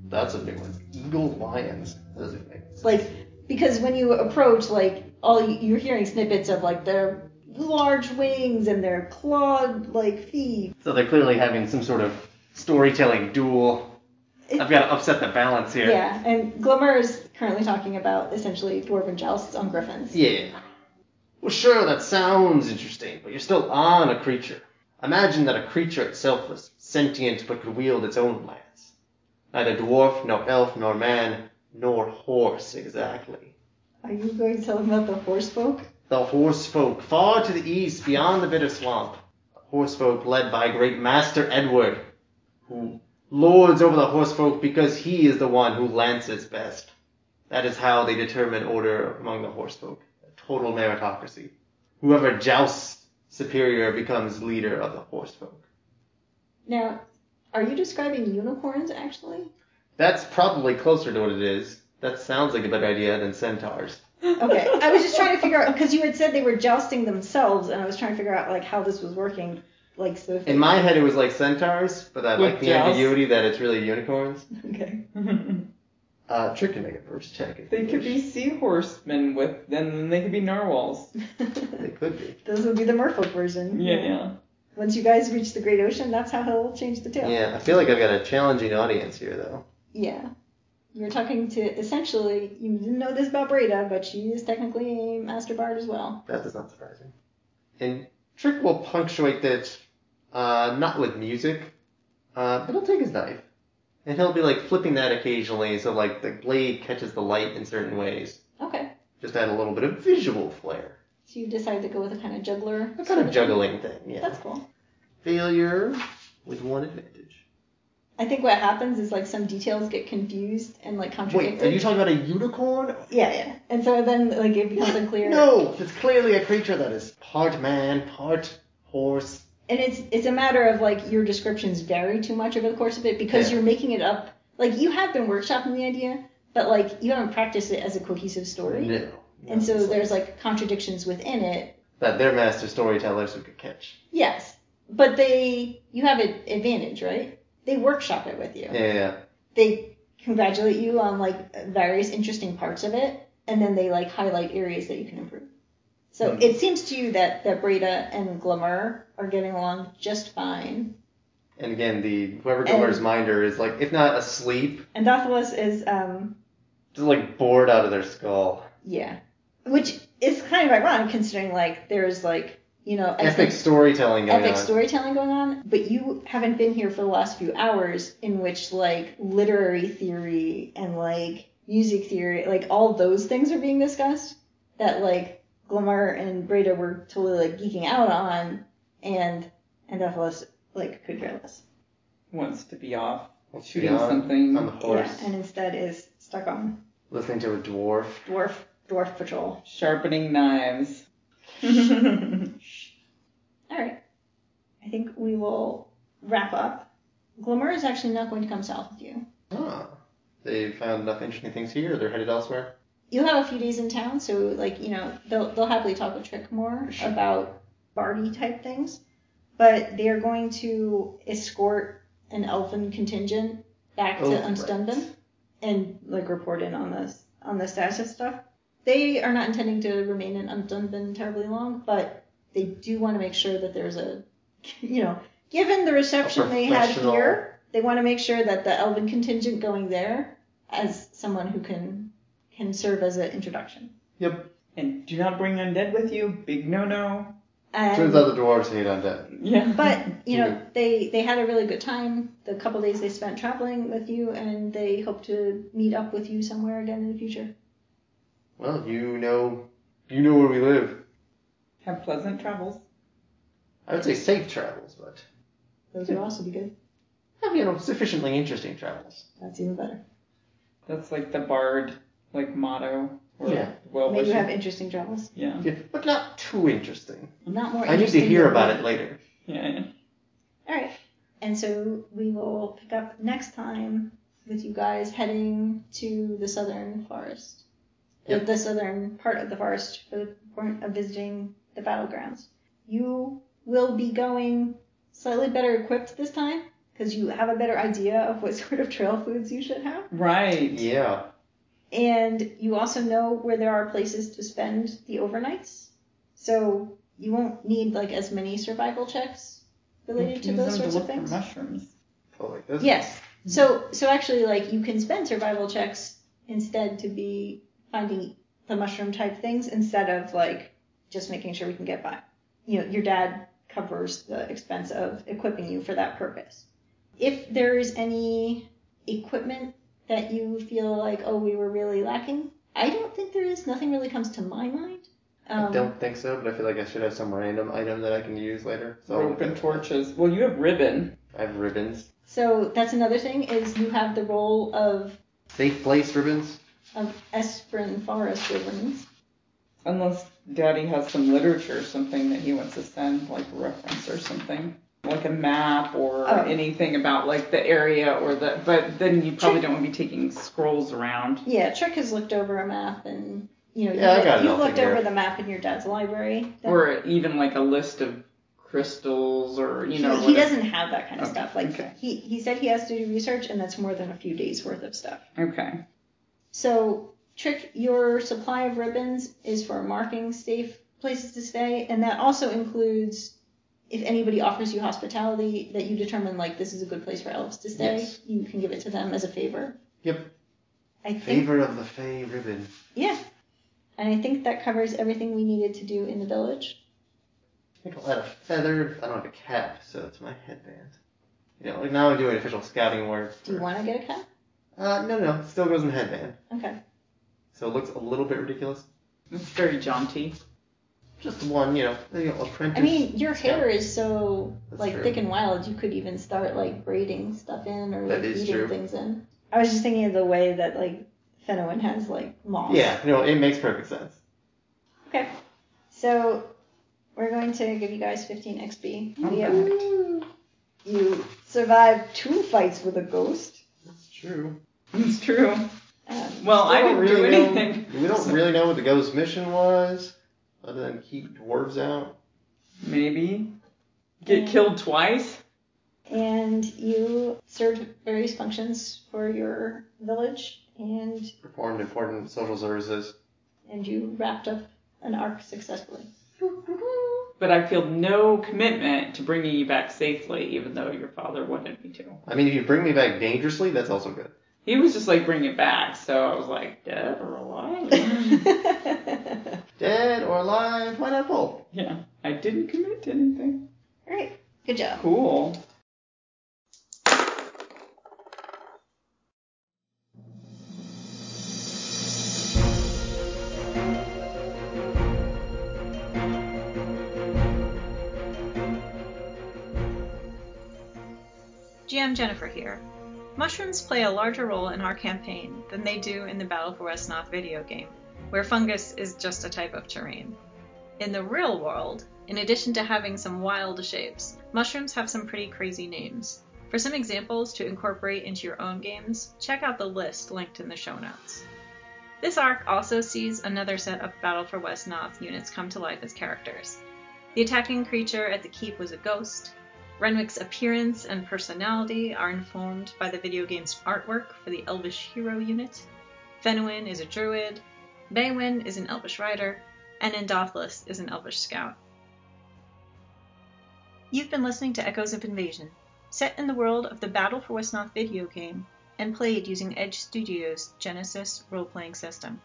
D: That's a big one. Eagle lions. Those are big.
C: It's like because when you approach, like all you- you're hearing snippets of like their large wings and their clawed like feet.
D: So they're clearly having some sort of storytelling duel. I've got to upset the balance here.
C: Yeah, and Glimmer is currently talking about essentially dwarven jousts on griffins.
D: Yeah. Well, sure, that sounds interesting, but you're still on a creature. Imagine that a creature itself was sentient but could wield its own lance. Neither dwarf, nor elf, nor man, nor horse, exactly.
C: Are you going to tell him about the horse folk?
D: The horse folk, far to the east, beyond the bitter swamp. The horse folk led by great master Edward, who lords over the horse folk because he is the one who lances best. That is how they determine order among the horse folk. A total meritocracy. Whoever jousts superior becomes leader of the horse folk.
C: Now, are you describing unicorns (laughs) actually?
D: That's probably closer to what it is. That sounds like a better idea than centaurs.
C: Okay, I was just trying to figure out because you had said they were jousting themselves, and I was trying to figure out like how this was working. Like so. If
D: In my head, it was like centaurs, but I
B: With
D: like the
B: joust?
D: ambiguity that it's really unicorns.
C: okay.
B: they
D: Uh, Trick can make a verse check. if he
B: could
D: wishes.
B: be seahorsemen with, and then they could be narwhals.
D: They could be.
C: Those would be the merfolk version.
B: Yeah, yeah.
C: Once you guys reach the great ocean, that's how he'll change the tail.
D: Yeah, I feel like I've got a challenging audience here, though.
C: Yeah. You're talking to essentially you didn't know this about Breda, but she is technically a master bard as well.
D: That does not surprise me. And Trick will punctuate this, uh, not with music, uh, but he'll take his knife. And he'll be like flipping that occasionally, so like the blade catches the light in certain ways.
C: Okay.
D: Just add a little bit of visual flair.
C: So you decide to go with a kind of juggler.
D: A kind of juggling thing, yeah.
C: That's cool.
D: Failure with one advantage.
C: I think what happens is like some details get confused and like
D: Wait,
C: contradicted.
D: are you talking about a unicorn?
C: yeah, yeah. And so then like it becomes unclear.
D: (laughs) No, it's clearly a creature that is part man, part horse.
C: And it's it's a matter of like your descriptions vary too much over the course of it because
D: Yeah.
C: you're making it up. Like you have been workshopping the idea, but like you haven't practiced it as a cohesive story.
D: No.
C: And so
D: It's like
C: there's like contradictions within it.
D: that their master storytellers who could catch.
C: Yes, but they you have an advantage, right? They workshop it with you.
D: Yeah.
C: They congratulate you on like various interesting parts of it, and then they like highlight areas that you can improve. So
D: Hmm.
C: it seems to you that that Breda and Glimmer are getting along just fine,
D: And again, the whoever
C: And-
D: Glimmer's minder is like, if not asleep,
C: and Dathalus is um
D: just like bored out of their skull.
C: yeah, which is kind of ironic considering like there's like you know
D: Epic storytelling going
C: epic
D: on.
C: storytelling going on, but you haven't been here for the last few hours in which like literary theory and like music theory, like all those things are being discussed that like Glimmer and Breda were totally like geeking out on and and Ethelus like could care less.
B: Wants to be off.
D: Wants to
B: Shooting
D: be on-
B: something.
D: on the horse,
C: Yeah, and instead is stuck on
D: listening to a dwarf.
C: dwarf dwarf patrol.
B: Sharpening knives. All
C: All right, I think we will wrap up. Glimmer is actually not going to come south with you.
D: Oh, they found enough interesting things here. They're headed elsewhere.
C: you'll have a few days in town, so like you know they'll they'll happily talk with Trick more
D: Sure.
C: about Barty type things, but they are going to escort an elfin contingent back
D: Oh,
C: to
D: right.
C: Unstunben and like report in on this on the status of stuff. They are not intending to remain in Unstunben terribly long, but they do want to make sure that there's a you know given the reception they had
D: professional-
C: here, they want to make sure that the elven contingent going there as someone who can can serve as an introduction.
D: Yep.
B: And do not bring undead with you. Big no no.
D: Turns
C: And,
D: out the dwarves hate undead.
B: (laughs) Yeah.
C: but you know
D: Yeah.
C: they they had a really good time. The couple days they spent traveling with you, and they hope to meet up with you somewhere again in the future.
D: Well, you know, you know where we live.
B: have pleasant travels.
D: I would say safe travels, but
C: Those would also be good.
D: well, you know, sufficiently interesting travels.
C: That's even better.
B: That's like the bard like motto. Or
D: Yeah.
B: Well,
C: Maybe you
B: wishing.
C: have interesting travels.
B: yeah.
D: Yeah, but not too interesting.
C: Not Mm-hmm. more.
D: I need to
C: interesting
D: hear
C: than-
D: about it later.
B: Yeah. yeah.
C: All right. And so we will pick up next time with you guys heading to the southern forest,
D: Yep.
C: the southern part of the forest for the point of visiting the battlegrounds. You will be going slightly better equipped this time because you have a better idea of what (laughs) sort of trail foods you should have.
B: Right.
D: Yeah.
C: And you also know where there are places to spend the overnights. So you won't need like as many survival checks related to
B: Use
C: those
B: them
C: sorts
B: to
C: of
B: look
C: things.
B: For mushrooms.
D: Oh, like this.
C: Yes. So so actually like you can spend survival checks instead to be finding the mushroom type things instead of like just making sure we can get by. You know, your dad covers the expense of equipping you for that purpose. If there is any equipment that you feel like oh we were really lacking, I don't think there is. Nothing really comes to my mind. Um,
D: I don't think so, but I feel like I should have some random item that I can use later. So I'll
B: Rope
D: look
B: and
D: at-
B: torches. Well, you have ribbon.
D: I have ribbons.
C: So that's another thing is you have the role of
D: Safe place ribbons.
C: of Esperin Forest Ribbons.
B: Unless Daddy has some literature or something that he wants to send, like a reference or something, like a map or
C: Oh.
B: anything about like the area or the. But then you probably don't want to be taking scrolls around.
C: Yeah, Trick has looked over a map and you know
D: Yeah, I
C: you've,
D: got it
C: you've
D: all
C: looked
D: figured
C: over
D: out.
C: the map in your dad's library.
B: Or even like a list of crystals or you know.
C: he, he
B: whatever.
C: doesn't have that kind of
B: Okay,
C: stuff. Like
B: okay.
C: he, he said he has to do research and that's more than a few days worth of stuff.
B: Okay.
C: So Trick, your supply of ribbons is for marking safe places to stay, and that also includes if anybody offers you hospitality that you determine like this is a good place for elves to stay,
D: Yes.
C: you can give it to them as a favor.
D: Yep.
C: I think
D: Favor of the Fey ribbon.
C: Yeah. And I think that covers everything we needed to do in the village.
D: I think I'll add a feather. I don't have a cap, so it's my headband. You know, like now I'm doing official scouting work.
C: Do you
D: for-
C: want to get a cap?
D: Uh, no, no, it still goes in the headband.
C: Okay.
D: So it looks a little bit ridiculous.
B: It's very jaunty.
D: Just one, you know, you know, apprentice.
C: I mean, your hair is so
D: That's
C: like
D: true.
C: thick and wild. You could even start like braiding stuff in or
D: That
C: like,
D: is
C: eating
D: true.
C: things in. I was just thinking of the way that like Fenowin has like moss.
D: yeah, no, it makes perfect sense.
C: Okay. So we're going to give you guys 15 XP.
D: Okay.
C: You survived two fights with a ghost.
D: That's true.
B: It's true.
C: Um,
B: Well, I
D: Still
B: didn't
D: don't
B: do
D: really know-
B: anything.
D: (laughs) We don't really know what the ghost's mission was, other than keep dwarves out.
B: Maybe get
C: Yeah.
B: killed twice.
C: and you served various functions for your village, and
D: performed important social services.
C: and you wrapped up an arc (laughs) successfully.
B: But I feel no commitment to bringing you back safely, even though your father wanted me to.
D: I mean, if you bring me back dangerously, that's also good.
B: He was just like, bring it back. So I was like, dead or alive?
C: All
D: Dead or alive, why not both?
B: (laughs) yeah, I didn't commit to anything.
C: right. Good job.
B: Cool.
A: GM Jennifer here. Mushrooms play a larger role in our campaign than they do in the Battle for Westnoth video game, where fungus is just a type of terrain. In the real world, in addition to having some wild shapes, mushrooms have some pretty crazy names. For some examples to incorporate into your own games, check out the list linked in the show notes. This arc also sees another set of Battle for Westnoth units come to life as characters. The attacking creature at the keep was a ghost, Renwick's appearance and personality are informed by the video game's artwork for the Elvish Hero unit. Fenwin is a druid, Baywin is an Elvish rider, and Endothlis is an Elvish scout. You've been listening to Echoes of Invasion, set in the world of the Battle for Westnoth video game and played using Edge Studios' Genesis role-playing system.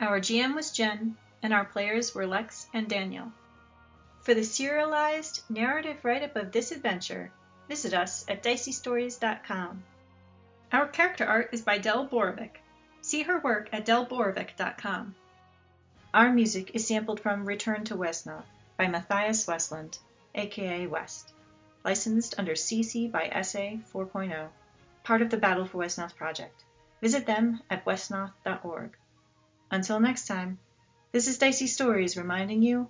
A: Our GM was Jen, and our players were Lex and Daniel. For the serialized narrative write up of this adventure, visit us at diceystories.com. Our character art is by Del Borovic. See her work at delborovic.com. Our music is sampled from Return to Westnoth by Matthias Westland, aka West, licensed under CC by SA 4.0, oh, part of the Battle for Westnoth project. Visit them at westnoth.org. Until next time, this is Dicey Stories reminding you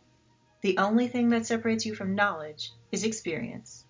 A: the only thing that separates you from knowledge is experience.